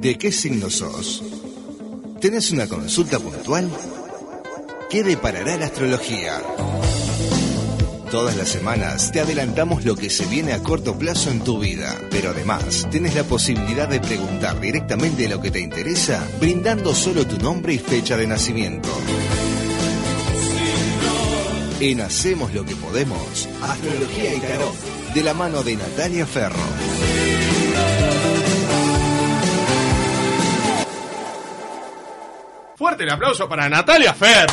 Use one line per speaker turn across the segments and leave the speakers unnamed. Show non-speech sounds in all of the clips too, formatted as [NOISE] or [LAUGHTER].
¿De qué signo sos? ¿Tenés una consulta puntual? ¿Qué deparará la astrología? Todas las semanas te adelantamos lo que se viene a corto plazo en tu vida, pero además tienes la posibilidad de preguntar directamente lo que te interesa, brindando solo tu nombre y fecha de nacimiento. En Hacemos lo que podemos, Astrología y Tarot, de la mano de Natalia Ferro.
Fuerte el aplauso para Natalia Fer.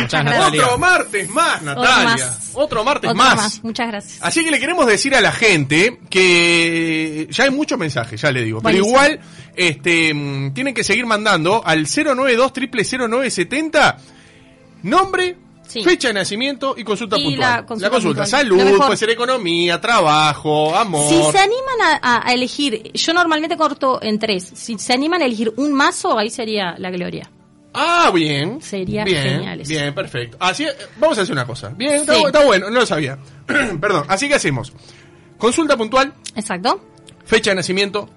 Muchas gracias.
Otro martes más, Natalia. Otro,
más.
martes
Otro
más.
Muchas gracias.
Así que le queremos decir a la gente que ya hay muchos mensajes, ya le digo.
Buenísimo.
Pero igual este, mm, tienen que seguir mandando al 092 0970 nombre,
Sí.
fecha de nacimiento y consulta
Y
puntual.
la consulta puntual. La
salud,
mejor.
puede ser economía, trabajo, amor.
Si se animan a- a, a elegir, yo normalmente corto en tres. Si se animan a elegir un mazo, ahí sería la gloria.
Ah, bien.
Sería
bien,
genial eso.
Bien, perfecto. Así, eh, vamos a hacer una cosa. Bien, está,
Sí.
bu- está bueno, no lo sabía. [CLEARS THROAT] Perdón, así que hacemos. Consulta puntual,
Exacto.
fecha de nacimiento,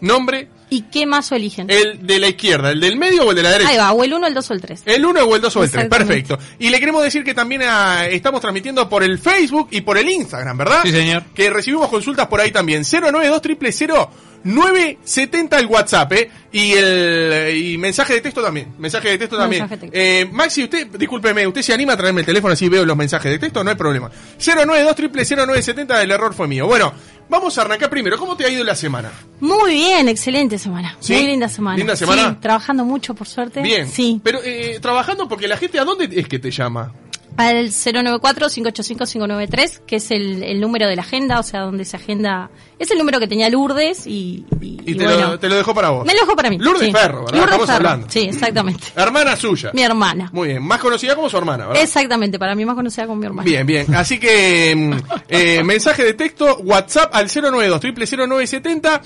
nombre,
¿Y qué mazo eligen?
el de la izquierda, el del medio o el de la
Ahí
derecha.
va, o el uno, el dos o el tres.
El 1 o el 2 o el 3,
Exactamente.
perfecto. Y le queremos decir que también ah, estamos transmitiendo por el Facebook y por el Instagram, ¿verdad?
Sí, señor.
Que recibimos consultas por ahí también. 092 970 el WhatsApp, ¿eh? Y el y mensaje de texto también. Mensaje de texto también.
Mensaje de texto.
Eh, Maxi, usted, discúlpeme, ¿usted se anima a traerme el teléfono así veo los mensajes de texto? No hay problema. 092 el error fue mío. Bueno, vamos a arrancar primero. ¿Cómo te ha ido la semana?
Muy bien, excelente semana.
¿Sí?
Muy linda semana.
¿Linda semana?
Sí, trabajando mucho, por suerte.
Bien.
Sí.
Pero eh, trabajando porque la gente, ¿a dónde es que te llama?
Al 094-585-593, que es el, el número de la agenda, o sea, donde se agenda. Es el número que tenía Lourdes y. y-
Y,
y
te,
bueno.
lo, te lo dejo para vos.
Me lo dejo para mí.
Lourdes
sí.
Ferro, ¿verdad?
Lourdes
Estamos
Ferro.
hablando.
Sí, exactamente.
Hermana suya.
Mi hermana.
Muy bien, más conocida como su hermana, ¿verdad?
Exactamente, para mí más conocida con mi hermana.
Bien, bien. Así que mm,
[LAUGHS]
eh, mensaje de texto, WhatsApp al 092 0970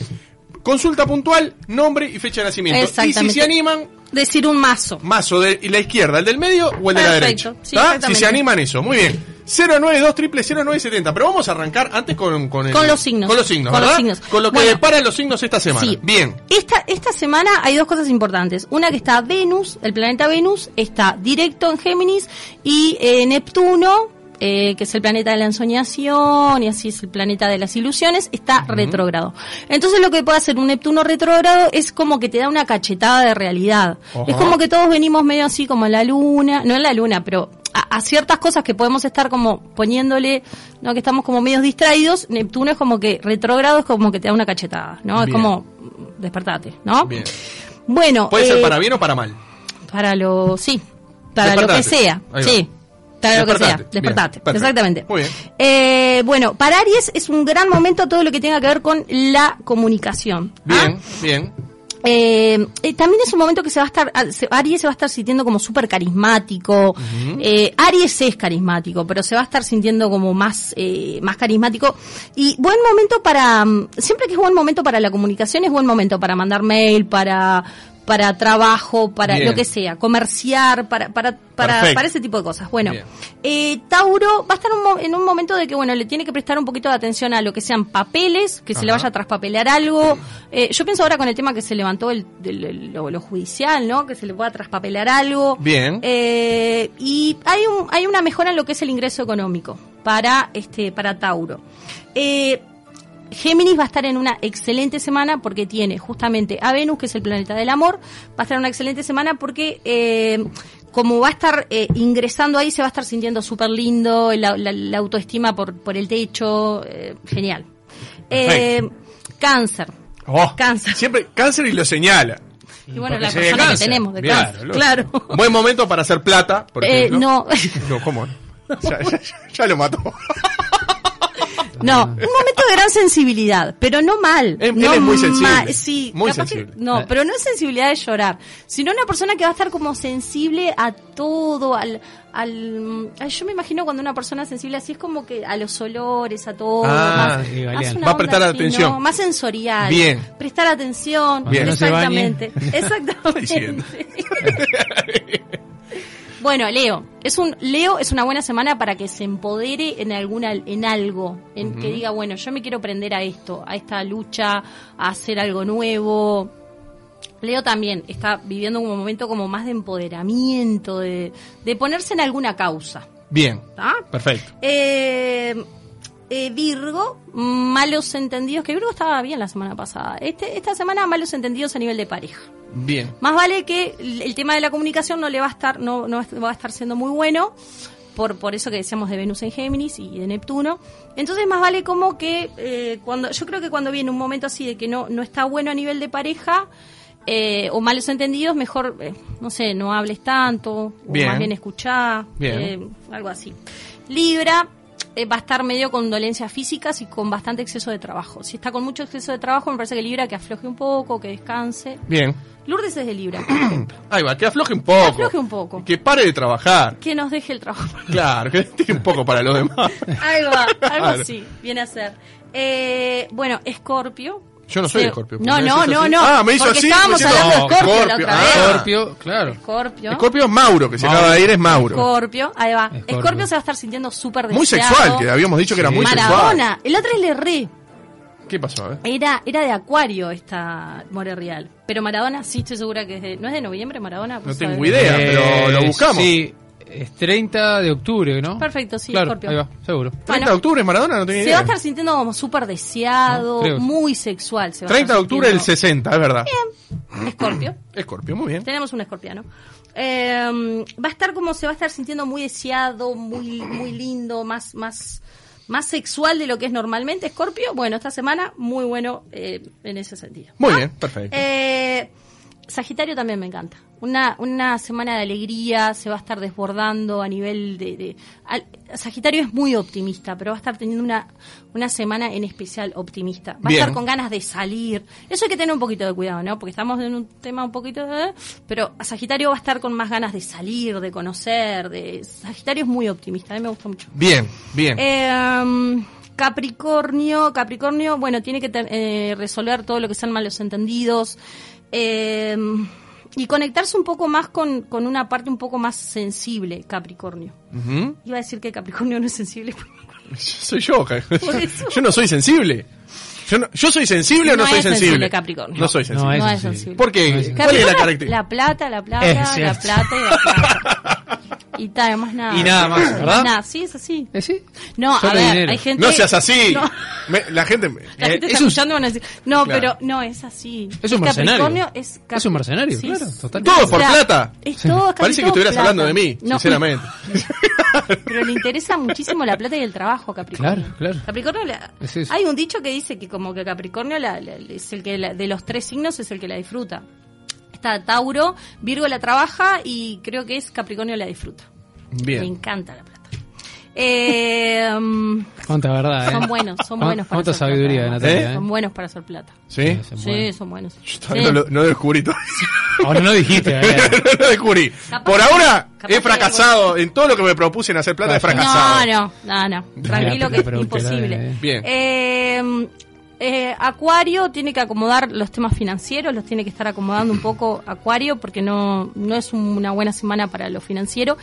consulta puntual, nombre y fecha de nacimiento. Y
Exactamente.
si se animan,
Decir un mazo.
mazo de y la izquierda, el del medio o el de la
Perfecto,
derecha.
sí,
¿Está?
exactamente.
si se animan eso, muy bien. 092 0970 Pero vamos a arrancar antes con, con, el-
Con los signos.
Con los signos,
Con los
¿verdad?
signos.
Con lo que
Bueno.
deparan los signos esta semana.
Sí.
Bien.
Esta, esta semana hay dos cosas importantes. Una que está Venus, el planeta Venus, está directo en Géminis y eh, Neptuno, eh, que es el planeta de la ensoñación y así es el planeta de las ilusiones, está retrógrado. Entonces lo que puede hacer un Neptuno retrógrado es como que te da una cachetada de realidad.
Ajá.
Es como que todos venimos medio así como en la luna, no en la luna, pero a, a ciertas cosas que podemos estar como poniéndole, no que estamos como medios distraídos, Neptuno es como que retrógrado es como que te da una cachetada, ¿no? Es
Bien.
como mm, despertate, ¿no?
Bien.
Bueno,
Puede
eh,
ser para bien o para mal.
para lo sí, para lo que
Despertate.
sea,
Ahí va.
sí. Para lo que sea,
Despertate. Bien,
despertate,
perfecto.
exactamente.
Muy bien.
Eh, bueno, para Aries es un gran momento todo lo que tenga que ver con la comunicación. ¿ah?
Bien, bien.
Eh, eh, también es un momento que se va a estar, ah, se- Aries se va a estar sintiendo como súper carismático. Eh, Aries es carismático, pero se va a estar sintiendo como más, eh, más carismático. Y buen momento para, mm, siempre que es buen momento para la comunicación, es buen momento para mandar mail, para, para trabajo, para
Bien.
lo que sea, comerciar, para, para, para,
Perfecto.
para ese tipo de cosas. Bueno,
Bien.
eh, Tauro va a estar un mo- en un momento de que, bueno, le tiene que prestar un poquito de atención a lo que sean papeles, que se le
Ajá.
vaya a traspapelar algo. Eh, yo pienso ahora con el tema que se levantó el, del- el- lo, lo judicial, ¿no? Que se le pueda traspapelar algo.
Bien.
Eh, y hay, un, hay una mejora en lo que es el ingreso económico para, este, para Tauro. Eh, Géminis va a estar en una excelente semana porque tiene justamente a Venus, que es el planeta del amor, va a estar en una excelente semana porque eh, como va a estar eh, ingresando ahí, se va a estar sintiendo súper lindo, la, la- la autoestima por, por el techo, eh, genial. Eh, cáncer.
Oh,
Cáncer.
Siempre cáncer y lo señala.
Y bueno,
Porque
la
se ve
persona que
cáncer.
tenemos de
Bien.
cáncer. Claro.
[LAUGHS]
[LAUGHS]
Buen momento para hacer plata, por
Eh,
ejemplo.
no.
No,
[LAUGHS]
¿cómo? Ya, ya- ya lo mató.
No, un momento de gran sensibilidad, pero no mal.
Ah. Él-
no
él es muy sensible,
mal, sí,
muy
capaz que-
sensible. Eh.
no, pero no es sensibilidad de llorar, sino una persona que va a estar como sensible a todo, al, al ay, yo me imagino cuando una persona es sensible así es como que a los olores, a todo,
Ah,
más,
y
más
Galeano.
una
Va a
onda
prestar
así,
atención.
¿no? más sensorial.
Bien.
Prestar atención,
Bien.
no se bañe.
exactamente.
diciendo?
Exactamente. [LAUGHS] Bueno, Leo, es un Leo es una buena semana para que se empodere en alguna en algo, en que diga, bueno, yo me quiero prender a esto, a esta lucha, a hacer algo nuevo. Leo también está viviendo un momento como más de empoderamiento, de, de ponerse en alguna causa.
Bien.
¿tá?
Perfecto.
Eh, eh, Virgo, malos entendidos, que Virgo estaba bien la semana pasada. Este, esta semana malos entendidos a nivel de pareja.
Bien.
Más vale que el el tema de la comunicación no le va a estar, no, no va a estar siendo muy bueno, por, por eso que decíamos de Venus en Géminis y de Neptuno. Entonces más vale como que eh, cuando, yo creo que cuando viene un momento así de que no, no está bueno a nivel de pareja, eh, o malos entendidos, mejor, eh, no sé, no hables tanto,
Bien.
o más bien escuchá,
Bien.
eh, algo así. Libra eh, va a estar medio con dolencias físicas y con bastante exceso de trabajo. Si está con mucho exceso de trabajo, me parece que Libra que afloje un poco, que descanse.
Bien.
Lourdes es de Libra.
[CLEARS THROAT] Ahí va, que afloje un poco.
Que afloje un poco.
Que pare de trabajar.
que nos deje
[LAUGHS]
el trabajo.
Claro, que tire un poco para los demás.
algo, algo
Claro.
así, viene a ser. Eh, bueno, Escorpio.
Yo no soy
Se-
de Scorpio,
No,
¿me
no,
haces
no,
así?
no.
Ah, me hizo
Porque
así,
Estábamos
me hizo-
hablando
No,
de Escorpio la
Scorpio,
otra
ah.
vez.
Scorpio, claro.
Escorpio.
Escorpio es Mauro, que se
Mauro.
acaba de ir es Mauro.
Escorpio, ahí va.
Escorpio.
Escorpio se va a estar sintiendo súper
Muy
deseado.
sexual, que habíamos dicho que era
Sí.
muy sexual.
Maradona. El otro es Lerré.
¿Qué pasó? eh?
Era, era de Acuario esta More Real. Pero Maradona sí estoy segura que es de... ¿No es de noviembre Maradona?
No
Pues, a
tengo
ver.
idea, pero lo
Eh,
buscamos.
Sí, es 30 de octubre, ¿no?
Perfecto, sí,
claro,
Scorpio.
Ahí va, seguro.
30
Bueno.
de octubre es Maradona, no tenía
Se va
idea.
a estar sintiendo como súper deseado,
No, creo.
muy sexual. Se va a
30 de
estar
octubre del
sintiendo.
60, es verdad.
Escorpio.
Escorpio, muy bien.
Tenemos un escorpiano. Eh, va a estar como se va a estar sintiendo muy deseado, muy, muy lindo, más, más, más sexual de lo que es normalmente Escorpio. Bueno, esta semana muy bueno eh, en ese sentido.
Muy bien, perfecto.
Eh, Sagitario también me encanta. Una, una semana de alegría, se va a estar desbordando a nivel de... de- al- Sagitario es muy optimista, pero va a estar teniendo una, una semana en especial optimista. Va
Bien.
a estar con ganas de salir. Eso hay que tener un poquito de cuidado, ¿no? Porque estamos en un tema un poquito de... Pero a Sagitario va a estar con más ganas de salir, de conocer, de... Sagitario es muy optimista, a mí me gusta mucho.
Bien, bien.
Eh, Capricornio, Capricornio, bueno, tiene que ten- eh, resolver todo lo que sean malos entendidos eh, y conectarse un poco más con, con una parte un poco más sensible, Capricornio.
Ujú.
Iba a decir que Capricornio no es sensible. [LAUGHS] pero
Soy yo, ca-
eso.
yo no soy sensible. Yo, no- yo soy sensible o no,
No
soy
es
sensible.
sensible, Capricornio.
No soy sensible.
No es
así.
sensible.
¿Por qué?
No
¿Cuál
es
es la
Capricornio,
característica?
La plata, la plata,
Es
la
cierto.
plata y la plata.
[LAUGHS]
Y tal, más nada.
Y nada más, ¿verdad?
Nada, sí, es así.
¿Eh, sí?
No,
Solo
a ver,
dinero.
hay gente...
No seas así.
No.
Me- la gente. me-
La gente
eh,
está
eso es-
escuchando y van a decir, no,
Claro.
pero no, es así.
Es un mercenario.
Capricornio es,
Es un mercenario,
sí,
claro,
sí.
totalmente.
Todo por plata.
Es todo, casi
Parece que
todo
estuvieras
plata.
hablando de mí,
No,
sinceramente.
[LAUGHS] Pero le interesa muchísimo la plata y el trabajo a Capricornio.
Claro, claro.
Capricornio, la-
Es eso.
hay un dicho que dice que como que Capricornio la- la- es el que la- de los tres signos es el que la disfruta. Está Tauro, Virgo la trabaja y creo que es Capricornio la disfruta. Me
Bien.
encanta la plata. Eh, [LAUGHS] mm,
Cuánta verdad, ¿eh?
son buenos, son
Cuán-
buenos para
Cuánta
hacer plata,
sabiduría, de
además.
Natalia, ¿eh?
Son buenos para hacer plata.
¿Sí?
Sí, son
Sí,
buenos.
son buenos.
Yo todavía
Sí.
no, lo- no descubrí todavía. [LAUGHS]
Ahora no dijiste, ¿eh?
no lo descubrí.
Capaz-
Por ahora he
capaz que-
fracasado. En todo lo que me propuse en hacer plata he
Capaz.
fracasado.
No, no, no, no. Tranquilo
Mira,
que es
pero te la-
imposible.
eh.
Bien.
Eh, eh, Acuario tiene que acomodar los temas financieros, los tiene que estar acomodando un poco Acuario porque no, no es un- una buena semana para lo financiero.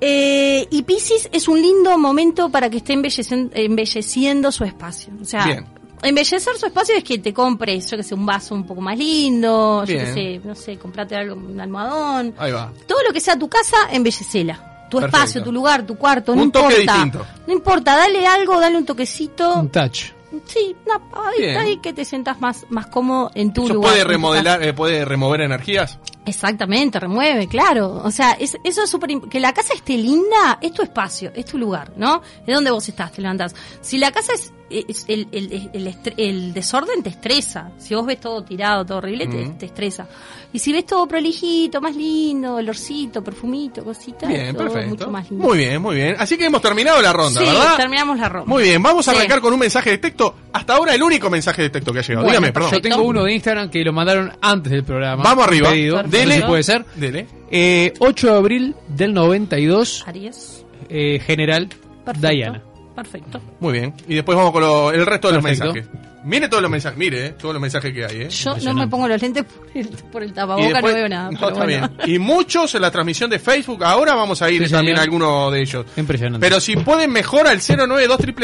Eh, y Pisces es un lindo momento para que esté embellecen- embelleciendo su espacio. O sea,
Bien.
embellecer su espacio es que te compres, yo que sé, un vaso un poco más lindo, yo que
Bien.
sé, no sé, comprate algo, un almohadón.
Ahí va.
Todo lo que sea tu casa, embellecela. Tu
Perfecto.
espacio, tu lugar, tu cuarto, no
Un toque
importa.
distinto. Mm.
No importa, dale algo, dale un toquecito.
Un touch.
Sí, no, ahí,
Bien.
ahí que te sientas más, más cómodo en tu
¿Eso
lugar.
puede
en tu
remodelar, eh, puede remover energías?
casa. Exactamente, remueve, claro. O sea, es- eso es súper... im- Que la casa esté linda es tu espacio, es tu lugar, ¿no? Es donde vos estás, te levantás. Si la casa es... es- el, el- el- el estre- el desorden te estresa. Si vos ves todo tirado, todo horrible, te- te,
Mm.
estresa. Y si ves todo prolijito, más lindo, olorcito, perfumito, cositas,
Bien,
todo
perfecto.
mucho más lindo.
Muy bien, muy bien. Así que hemos terminado la ronda,
sí,
¿verdad?
terminamos la ronda.
Muy bien, vamos a
Sí.
arrancar con un mensaje de texto. Hasta ahora el único mensaje de texto que ha llegado.
Bueno,
Dígame, perdón.
Yo
Perfecto.
tengo uno de Instagram que lo mandaron antes del programa.
Vamos arriba.
Pedido.
Dele.
No sé si puede ser.
Dele.
Eh, 8 de abril del 92,
Aries.
eh, general
Ah. Perfecto.
Diana.
Perfecto.
Muy bien. Y después vamos con lo- el resto de
Perfecto.
los mensajes. Mire todos los mensajes, mire, eh, todos los mensajes que hay, eh.
Yo no me pongo los lentes por el, por el
Y
tapaboca,
después-
no veo nada.
no,
pero
está
bueno.
bien. Y muchos en la transmisión de Facebook. Ahora vamos a ir
Sí,
también a
señor.
alguno de ellos.
Impresionante.
Pero si pueden mejor al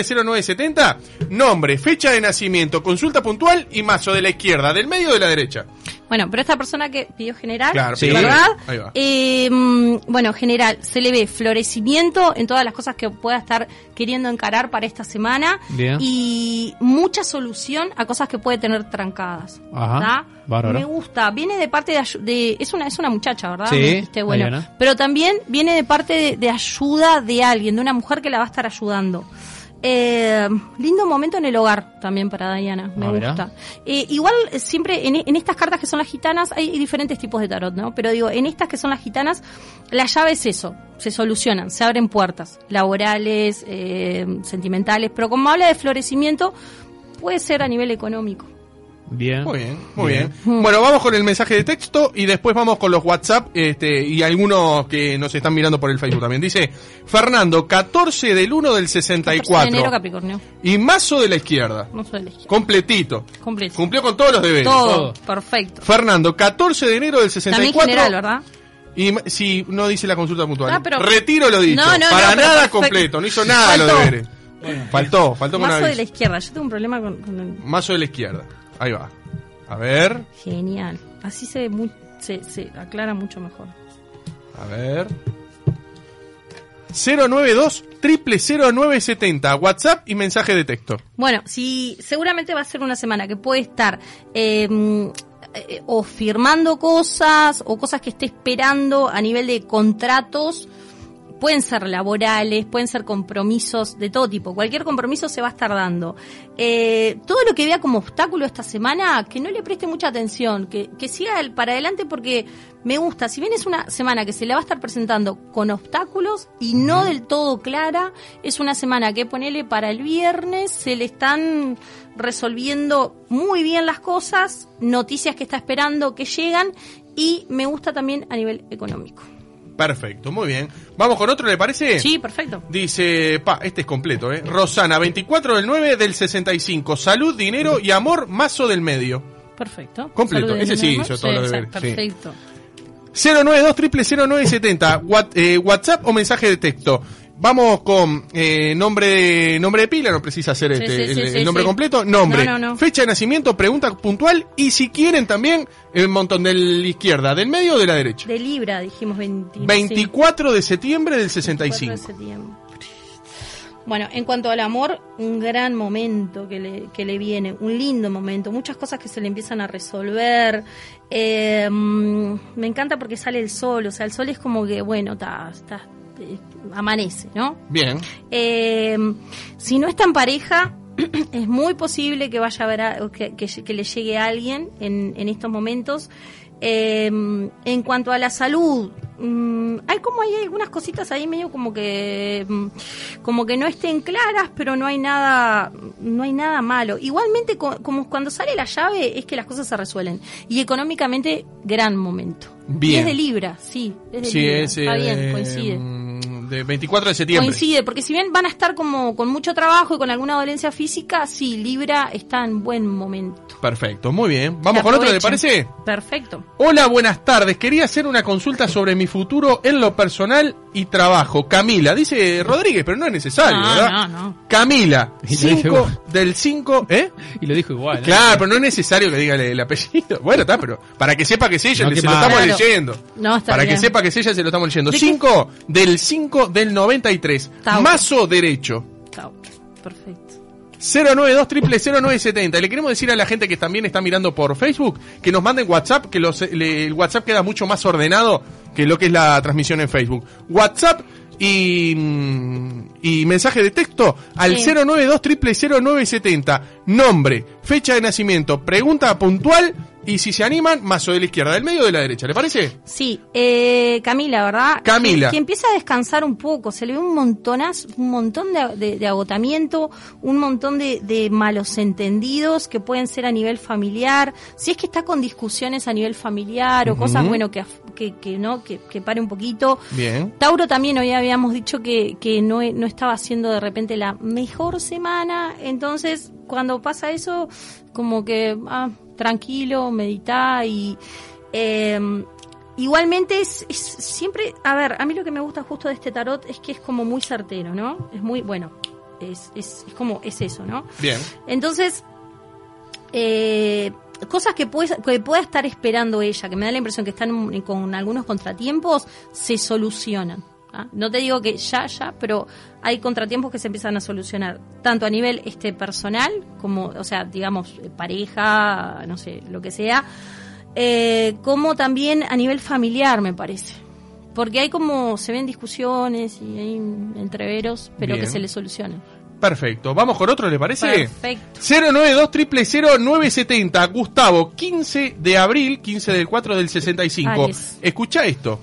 092000970, nombre, fecha de nacimiento, consulta puntual y mazo de la izquierda, del medio o de la derecha.
Bueno, pero esta persona que pidió general,
Claro,
sí.
¿verdad?
Ahí va.
Eh, mm, bueno, general, se le ve florecimiento en todas las cosas que pueda estar queriendo encarar para esta semana
Bien.
y mucha solución a cosas que puede tener trancadas.
Ajá,
¿verdad?
bárbaro.
Me gusta. Viene de parte de, ayu- de- es una es una muchacha, ¿verdad?
Sí,
Me dijiste, bueno,
Mariana.
pero también viene de parte de, de ayuda de alguien, de una mujer que la va a estar ayudando. Eh, lindo momento en el hogar también para Diana, me
Ah, mirá.
gusta. Eh, igual eh, siempre en, en estas cartas que son las gitanas hay diferentes tipos de tarot, ¿no? Pero digo, en estas que son las gitanas, la llave es eso, se solucionan, se abren puertas, laborales, eh, sentimentales, pero como habla de florecimiento, puede ser a nivel económico.
Bien.
Muy bien, muy bien. Bueno, vamos con el mensaje de texto y después vamos con los WhatsApp este, y algunos que nos están mirando por el Facebook también. Dice Fernando, 14 del 1 del
14 de enero
64
Capricornio,
y mazo de la izquierda,
no soy elegir.
completito.
Completo.
Cumplió con todos los deberes.
Todo,
todo.
perfecto.
Fernando, 14 de enero del
También
64.
general, ¿verdad?
Y ma- si no dice la consulta puntual.
No, pero-
Retiro lo dicho.
No, no,
Para
no, pero
nada
perfecto.
completo. No hizo nada
Faltó.
los deberes. Faltó, faltó con
Mazo
una
de la izquierda, yo tengo un problema con, con el...
Mazo de la izquierda. Ahí va. A ver,
Genial, así se, ve mu- se, se aclara mucho mejor.
a ver. 092 triple 0970 WhatsApp y mensaje de texto.
Bueno, si seguramente va a ser una semana que puede estar eh, eh, o firmando cosas o cosas que esté esperando a nivel de contratos. Pueden ser laborales, pueden ser compromisos de todo tipo. Cualquier compromiso se va a estar dando. Eh, todo lo que vea como obstáculo esta semana, que no le preste mucha atención, que, que siga el- para adelante porque me gusta. Si bien es una semana que se la va a estar presentando con obstáculos y no del todo clara, es una semana que ponele para el viernes, se le están resolviendo muy bien las cosas, noticias que está esperando que llegan y me gusta también a nivel económico.
Perfecto, muy bien. Vamos con otro, ¿le parece?
Sí, perfecto.
Dice, pa, este es completo, ¿eh? Rosana, 24 del 9 del 65. Salud, dinero y amor, mazo del medio.
Perfecto.
Completo.
Saludos,
Ese sí
Daniel.
hizo todos los
exacto,
deberes, sí.
Perfecto.
092 What, eh, WhatsApp o mensaje de texto. Vamos con eh, nombre de, nombre de pila, no precisa hacer
Sí,
este,
sí,
el,
sí, sí,
el nombre
sí.
completo, nombre,
No, no, no.
fecha de nacimiento, pregunta puntual y si quieren también el montón de la izquierda, del medio o de la derecha.
De Libra, dijimos 25.
24 de septiembre del
4 de
65.
septiembre. Bueno, en cuanto al amor, un gran momento que le, que le viene, un lindo momento, muchas cosas que se le empiezan a resolver. Eh, mm, me encanta porque sale el sol, o sea, el sol es como que, bueno, ta, ta, eh, amanece, ¿no?
Bien.
Eh, si no está en pareja, [CLEARS THROAT] es muy posible que vaya a ver a- o que, que- que le llegue a alguien en, en estos momentos. Eh, en cuanto a la salud, mm, hay como hay algunas cositas ahí medio como que mm, como que no estén claras, pero no hay nada no hay nada malo. Igualmente co- como cuando sale la llave es que las cosas se resuelven y económicamente gran momento.
Bien.
Y es de Libra, sí, es de
Sí,
Libra.
es
Está
eh, mm,
bien, coincide.
de 24 de septiembre.
Coincide, porque si bien van a estar como con mucho trabajo y con alguna dolencia física, sí, Libra está en buen momento.
Perfecto, muy bien. Vamos con otro, ¿le parece?
Aprovechen. Perfecto.
Hola, buenas tardes. Quería hacer una consulta sobre mi futuro en lo personal y trabajo. Camila, dice Rodríguez, pero no es necesario,
No,
¿verdad?
no, no.
Camila,
[LAUGHS] Y lo dije
5
vos.
del 5, ¿eh?
Y lo dijo igual. ¿eh?
Claro, pero no es necesario que diga el- el apellido. [LAUGHS] Bueno, está, pero para que sepa que es ella,
No,
le-
qué
se lo
mal.
estamos
Claro.
leyendo.
No, está
para
bien.
que sepa que es ella, se lo estamos leyendo.
¿De qué?
5 del 5 del 93.
Tauro.
Mazo derecho.
Chao. Perfecto.
092 0970 Le queremos decir a la gente que también está mirando por Facebook que nos manden WhatsApp, que los, le- el WhatsApp queda mucho más ordenado que lo que es la transmisión en Facebook. WhatsApp y, mm, y mensaje de texto al
Sí.
092 0970 Nombre, fecha de nacimiento, pregunta puntual y si se animan, mazo de la izquierda, del medio o de la derecha. ¿Le parece?
Sí, eh, Camila, ¿verdad?
Camila.
Que, que empieza a descansar un poco, se le ve un montonazo, un montón de, de- de agotamiento, un montón de, de malos entendidos que pueden ser a nivel familiar. Si es que está con discusiones a nivel familiar o cosas, bueno, que, af- que, que no, que, que pare un poquito.
Bien.
Tauro también hoy habíamos dicho que, que no, no estaba haciendo de repente la mejor semana, entonces cuando pasa eso, como que ah, tranquilo, medita y eh, igualmente es, es siempre, a ver, a mí lo que me gusta justo de este tarot es que es como muy certero, ¿no? Es muy, bueno, es, es, es como, es eso, ¿no?
Bien.
Entonces, eh, cosas que, puedes- que pueda estar esperando ella, que me da la impresión que están con algunos contratiempos, se solucionan. ¿ah? No te digo que ya, ya, pero hay contratiempos que se empiezan a solucionar, tanto a nivel este personal, como, o sea, digamos, eh, pareja, no sé, lo que sea, eh, como también a nivel familiar, me parece. Porque hay como, se ven discusiones y hay entreveros, pero
Bien.
que se le solucionan.
Perfecto. ¿Vamos con otro, le parece?
Perfecto.
092 970 Gustavo, 15 de abril, 15 del 4 del 65.
Aries.
Escucha esto.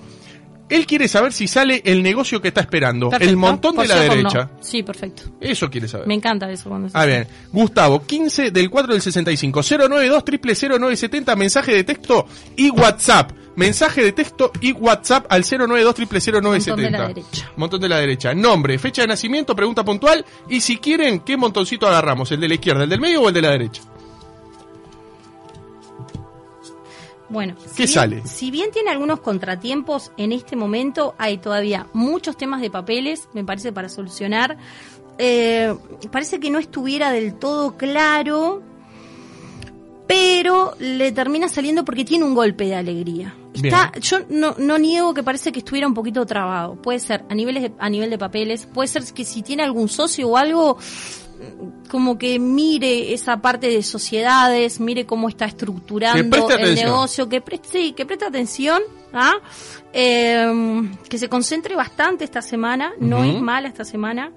Él quiere saber si sale el negocio que está esperando, el
Perfecto.
montón
Por
de la
sí o por no.
derecha.
Sí, perfecto.
Eso quiere saber.
Me encanta eso cuando se-
Ah, bien. Gustavo, 15 del 4 del 65, 092 0970 mensaje de texto y WhatsApp. Mensaje de texto y WhatsApp al 092 0970.
Montón de la derecha.
Montón de la derecha. Nombre, fecha de nacimiento, pregunta puntual. Y si quieren, ¿qué montoncito agarramos? ¿El de la izquierda, el del medio o el de la derecha?
Bueno,
¿Qué
si bien-
sale?
Si bien tiene algunos contratiempos, en este momento hay todavía muchos temas de papeles, me parece, para solucionar. Eh, parece que no estuviera del todo claro, pero le termina saliendo porque tiene un golpe de alegría. Está, yo no, no niego que parece que estuviera un poquito trabado. Puede ser a niveles de- a nivel de papeles, puede ser que si tiene algún socio o algo, como que mire esa parte de sociedades, mire cómo está
Que
estructurando
preste
el
atención.
negocio, que preste, sí, que preste atención, ¿ah? Em, que se concentre bastante esta semana, no
Ujú.
es mala esta semana.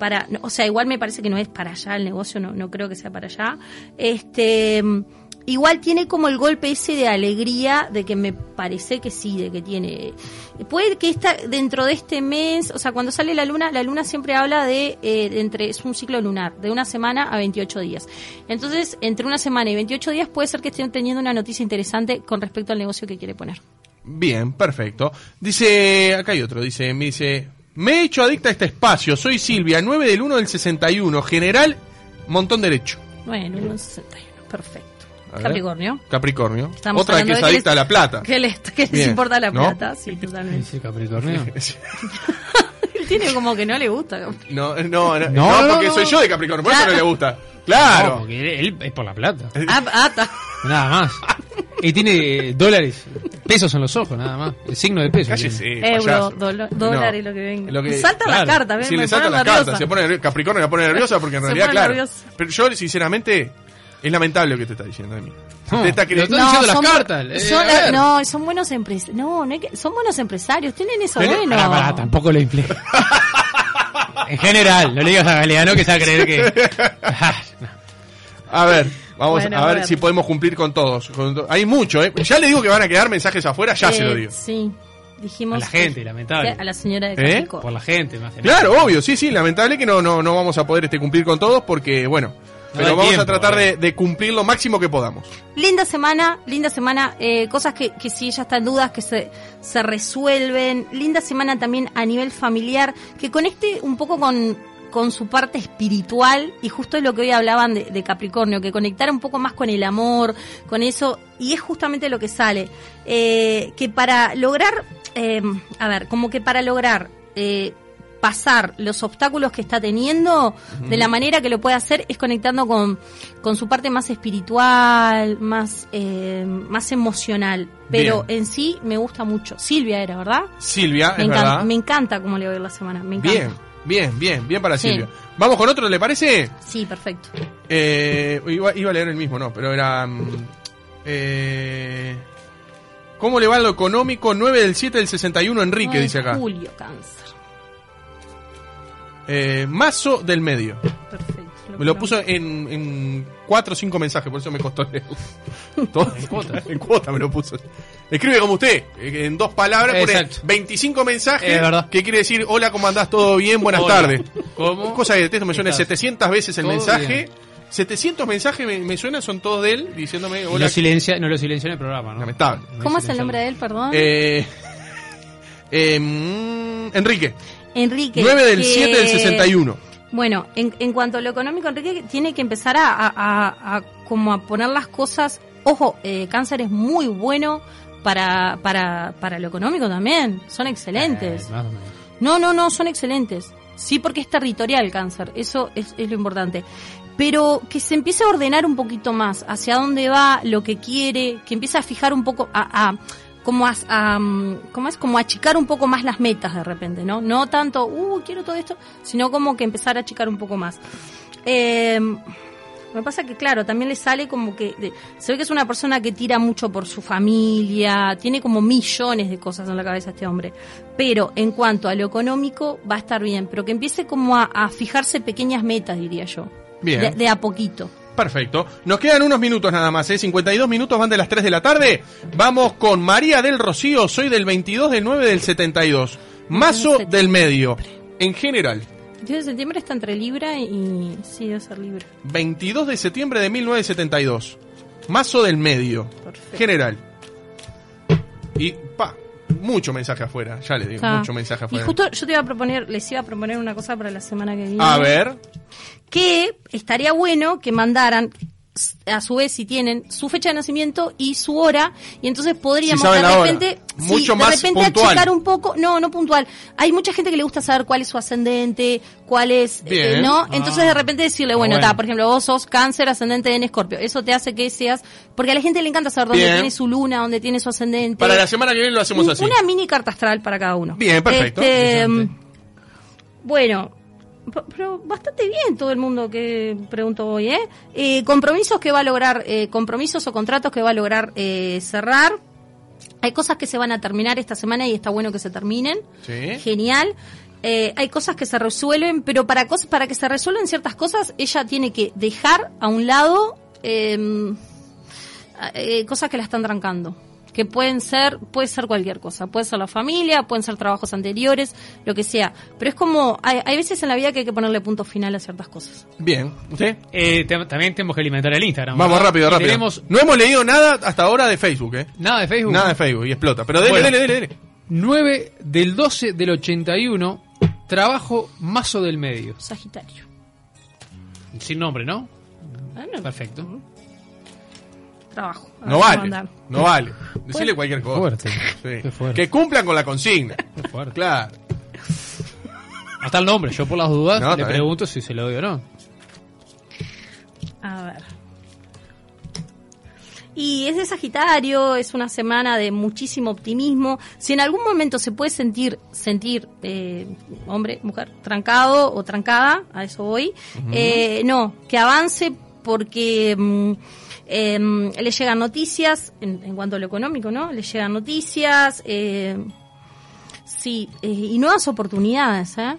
Para, no, o sea, igual me parece que no es para allá el negocio, no, no creo que sea para allá. Este, em, igual tiene como el golpe ese de alegría, de que me parece que sí, de que tiene. Puede que está dentro de este mes, o sea, cuando sale la luna, la luna siempre habla de, eh, de entre, es un ciclo lunar, de una semana a 28 días. Entonces, entre una semana y 28 días puede ser que estén teniendo una noticia interesante con respecto al negocio que quiere poner.
Bien, perfecto. Dice, acá hay otro, dice, me dice, me he hecho adicta a este espacio, soy Silvia, 9 del 1 del 61, general, montón derecho.
Bueno, unos 61, perfecto.
A ver.
Capricornio.
Capricornio.
Estamos
Otra que
hablando
es
de que
adicta a
les-
la plata. [LAUGHS]
¿Qué les, qué les
Bien,
importa la
¿no?
plata? Sí, totalmente. [LAUGHS]
Dice Capricornio.
Él tiene como que no le gusta.
[LAUGHS] No, eh, no, no,
No,
no, porque
no, no.
soy yo de Capricornio, por eso
Claro.
no le gusta. [LAUGHS] Claro.
No, porque él, él es por la plata.
Ah, ah, ta.
Nada más. Y tiene eh, dólares, pesos en los ojos, nada más. El signo de peso. tiene.
Cállese,
Euro,
payaso.
dolo-
No.
dólares, lo que venga.
Lo que-
Salta
claro.
las cartas, ven,
si
me
le saltan
pone
las
nerviosa.
cartas, se pone nerviosa. Capricornio la pone nerviosa porque en
Se
realidad,
pone
claro.
nerviosa.
Pero yo, sinceramente, es lamentable lo que te está diciendo de mí.
No,
te está
lo
queriendo.
Están diciendo las
son-
cartas, eh,
son-
a ver.
no, son buenos empresarios. No, no hay que- son buenos empresarios. Tienen eso
Pero-
bueno.
Pará, pará, tampoco
[LAUGHS]
lo infle. en general, no le digas a Galeano que se va a
[LAUGHS]
creer que. Ah, no.
A ver, vamos
Bueno,
a
a
ver
ver.
si podemos cumplir con todos. con to- Hay mucho, ¿eh? Ya le digo que van a quedar mensajes afuera, ya se
Eh,
lo digo.
Sí, dijimos.
A la gente, lamentable.
A la señora de
¿Eh?
Capricornio.
Por la gente, más que nada.
Claro, obvio, sí, sí, lamentable que no, no, no vamos a poder este, cumplir con todos porque, bueno, pero
hay
vamos a
tiempo,
tratar
eh.
de, de cumplir lo máximo que podamos.
Linda semana, linda semana. eh, cosas que, que si ella está en dudas, que se, se resuelven. Linda semana también a nivel familiar, que conecte un poco con, con su parte espiritual. Y justo es lo que hoy hablaban de, de Capricornio, que conectar un poco más con el amor, con eso. Y es justamente lo que sale. Eh, que para lograr, eh, a ver, como que para lograr... eh, pasar los obstáculos que está teniendo de la manera que lo puede hacer es conectando con, con su parte más espiritual, más, eh, más emocional. Pero en sí me gusta mucho. Silvia era, ¿verdad?
Silvia,
Me
Ah, es
encanta,
verdad.
me encanta cómo le va a ir la semana. Me encanta.
Bien, bien, bien, bien para
Sí.
Silvia. Vamos con otro, ¿le parece?
Sí, perfecto.
Eh, iba, iba a leer el mismo, no, pero era... mm, eh, ¿Cómo le va lo económico? 9 del 7 del 61, Enrique,
9
dice acá.
Julio, cáncer.
Eh, mazo del medio.
Perfecto.
Me lo puso en, en 4 o 5 mensajes, por eso me costó
[LAUGHS]
leer. Todo- [LAUGHS] en cuota. me lo puso. Escribe como usted, eh, en dos palabras, pone
Exacto.
25 mensajes.
Es verdad.
Que quiere decir, hola, ¿cómo andás? ¿Todo bien? Buenas
Hola.
tardes.
¿Cómo?
Cosa que detesto, me suena
Estás.
700 veces el
Todo
mensaje.
bien.
700 mensajes me, me suenan, son todos de él, diciéndome,
No,
hola.
lo silencia, no lo silencia en el programa, ¿no?
Lamentable.
No
¿Cómo es
silencia
el nombre de él, perdón?
Eh, [LAUGHS] em, Enrique,
Enrique.
9 del
que-
7 del 61.
Bueno, en, en cuanto a lo económico, Enrique tiene que empezar a, a- a- a como a poner las cosas. Ojo, eh, cáncer es muy bueno para, para, para lo económico también. Son excelentes.
Eh, más o menos.
No, no, no, son excelentes. Sí, porque es territorial el cáncer, eso es, es lo importante. Pero que se empiece a ordenar un poquito más hacia dónde va, lo que quiere, que empiece a fijar un poco, a, a- como a, a, mm, ¿cómo es? Como a achicar un poco más las metas de repente, ¿no? No tanto, uh, quiero todo esto, sino como que empezar a achicar un poco más. Eh, me pasa que, claro, también le sale como que. de- se ve que es una persona que tira mucho por su familia, tiene como millones de cosas en la cabeza este hombre. Pero en cuanto a lo económico, va a estar bien. Pero que empiece como a, a fijarse pequeñas metas, diría yo.
Bien.
De, de a poquito.
Perfecto. Nos quedan unos minutos nada más, ¿eh? 52 minutos van de las 3 de la tarde. Vamos con María del Rocío, soy del 22 del 9 del 72. Mazo del medio. En general,
El 10 de septiembre está entre Libra y. Sí, debe ser Libra.
22 de septiembre de 1972. Mazo del medio.
Perfecto.
General. Y, pa, mucho mensaje afuera, ya les digo,
Está.
mucho mensaje
y
afuera.
justo yo te iba a proponer, les iba a proponer una cosa para la semana que viene.
A ver,
que estaría bueno que mandaran s- a su vez si tienen su fecha de nacimiento y su hora y entonces podríamos
Si saben la
de
hora.
repente sí,
Mucho
de
más
repente
puntual.
achicar un poco no no puntual hay mucha gente que le gusta saber cuál es su ascendente cuál es eh,
Bien.
no entonces
Ah.
de repente decirle bueno,
Bueno.
ta, por ejemplo vos sos cáncer ascendente en escorpio eso te hace que seas porque a la gente le encanta saber dónde
Bien.
tiene su luna dónde tiene su ascendente
para la semana que viene lo hacemos
un-
así.
Una mini carta astral para cada uno.
Bien, perfecto.
Este,
Interesante.
bueno, p- pero bastante bien todo el mundo que pregunto hoy, ¿eh? Eh, compromisos que va a lograr, eh, compromisos o contratos que va a lograr eh, cerrar. Hay cosas que se van a terminar esta semana y está bueno que se terminen.
Sí.
Genial. Eh, hay cosas que se resuelven, pero para, cos- para que se resuelvan ciertas cosas, ella tiene que dejar a un lado em, eh, cosas que la están trancando. Que pueden ser, puede ser cualquier cosa. Puede ser la familia, pueden ser trabajos anteriores, lo que sea. Pero es como, hay, hay veces en la vida que hay que ponerle punto final a ciertas cosas.
Bien, ¿usted?
Eh, te- también tenemos que alimentar el Instagram.
Vamos
¿verdad?
rápido,
Y
rápido.
Tenemos
No hemos leído nada hasta ahora de Facebook, ¿eh?
nada de Facebook.
Nada de Facebook y explota. Pero dele,
Bueno. Ah,
dele, dele, dele.
9 del 12 del 81, trabajo mazo del medio.
Sagitario.
Sin nombre, ¿no?
Bueno,
Perfecto.
trabajo. A ver
No
cómo
vale.
andar.
No vale. Decirle cualquier cosa.
Fuerte.
Sí.
Qué fuerte.
Que cumplan con la consigna.
[LAUGHS] Qué fuerte.
Claro.
Hasta el nombre, yo por las dudas
No,
le
está bien.
pregunto si se lo doy o no.
A ver. Y es de Sagitario, es una semana de muchísimo optimismo. Si en algún momento se puede sentir, sentir eh, hombre, mujer, trancado o trancada, a eso voy, eh, no, que avance porque mm, em, le llegan noticias, en, en cuanto a lo económico, ¿no? Le llegan noticias, eh, Sí, eh, y nuevas oportunidades, ¿eh?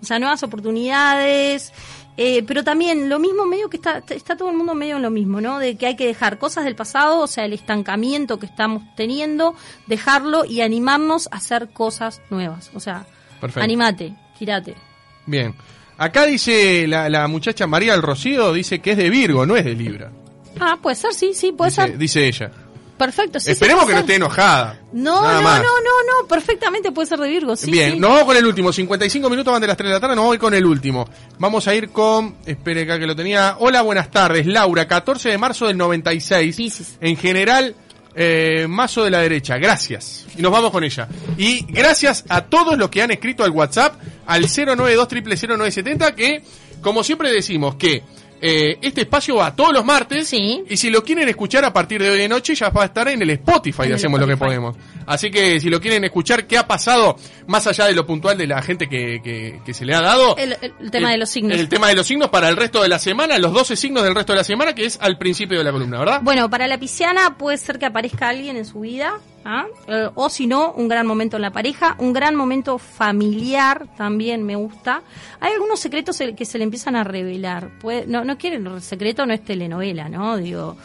O sea, nuevas oportunidades, eh, pero también lo mismo medio que está, está todo el mundo medio en lo mismo, ¿no? De que hay que dejar cosas del pasado, o sea, el estancamiento que estamos teniendo, dejarlo y animarnos a hacer cosas nuevas. O sea,
Perfecto.
animate, tirate.
Bien. Acá dice la, la muchacha María del Rocío, dice que es de Virgo, no es de Libra.
Ah, puede ser, sí, sí, puede
dice,
ser.
dice ella.
Perfecto, sí. sí,
Esperemos que
puede
no
ser.
esté enojada.
No,
Nada
no,
más.
no, no, no, perfectamente puede ser de Virgo, sí.
Bien,
sí.
nos vamos con el último. 55 minutos van de las 3 de la tarde, nos vamos a ir con el último. Vamos a ir con. Espere acá que lo tenía. Hola, buenas tardes. Laura, 14 de marzo del 96.
Piscis.
En general, eh, mazo de la derecha. Gracias. Y nos vamos con ella. Y gracias a todos los que han escrito al WhatsApp al 092 0970 que, como siempre decimos, que. eh, este espacio va todos los martes
Sí.
y si lo quieren escuchar a partir de hoy de noche ya va a estar en el Spotify
En
y
el
hacemos lo que
Spotify.
podemos. Así que si lo quieren escuchar, qué ha pasado, más allá de lo puntual de la gente que, que- que se le ha dado.
El- el- el tema de los signos.
El tema de los signos para el resto de la semana, los 12 signos del resto de la semana, que es al principio de la columna, ¿verdad?
Bueno, para la pisciana puede ser que aparezca alguien en su vida, ¿ah? Eh, o si no, un gran momento en la pareja, un gran momento familiar también me gusta. Hay algunos secretos el- que se le empiezan a revelar. Puede- no, no quieren secreto, no es telenovela, ¿no? Digo,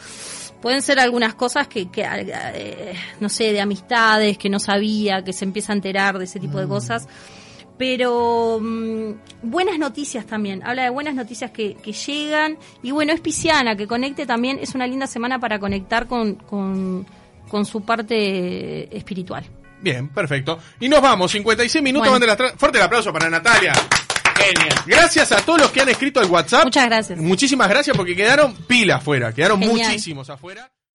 pueden ser algunas cosas que, que, eh, no sé, de amistades que no sabía, que se empieza a enterar de ese tipo de cosas. Pero mm, buenas noticias también. Habla de buenas noticias que, que llegan. Y bueno, es Pisciana, que conecte también. Es una linda semana para conectar con, con, con su parte espiritual.
Bien, perfecto. Y nos vamos, 56 minutos
Bueno.
van de las tres. Fuerte el aplauso para Natalia.
genio.
Gracias a todos los que han escrito al WhatsApp.
Muchas gracias.
Muchísimas gracias porque quedaron pilas afuera, quedaron
Genial.
muchísimos afuera.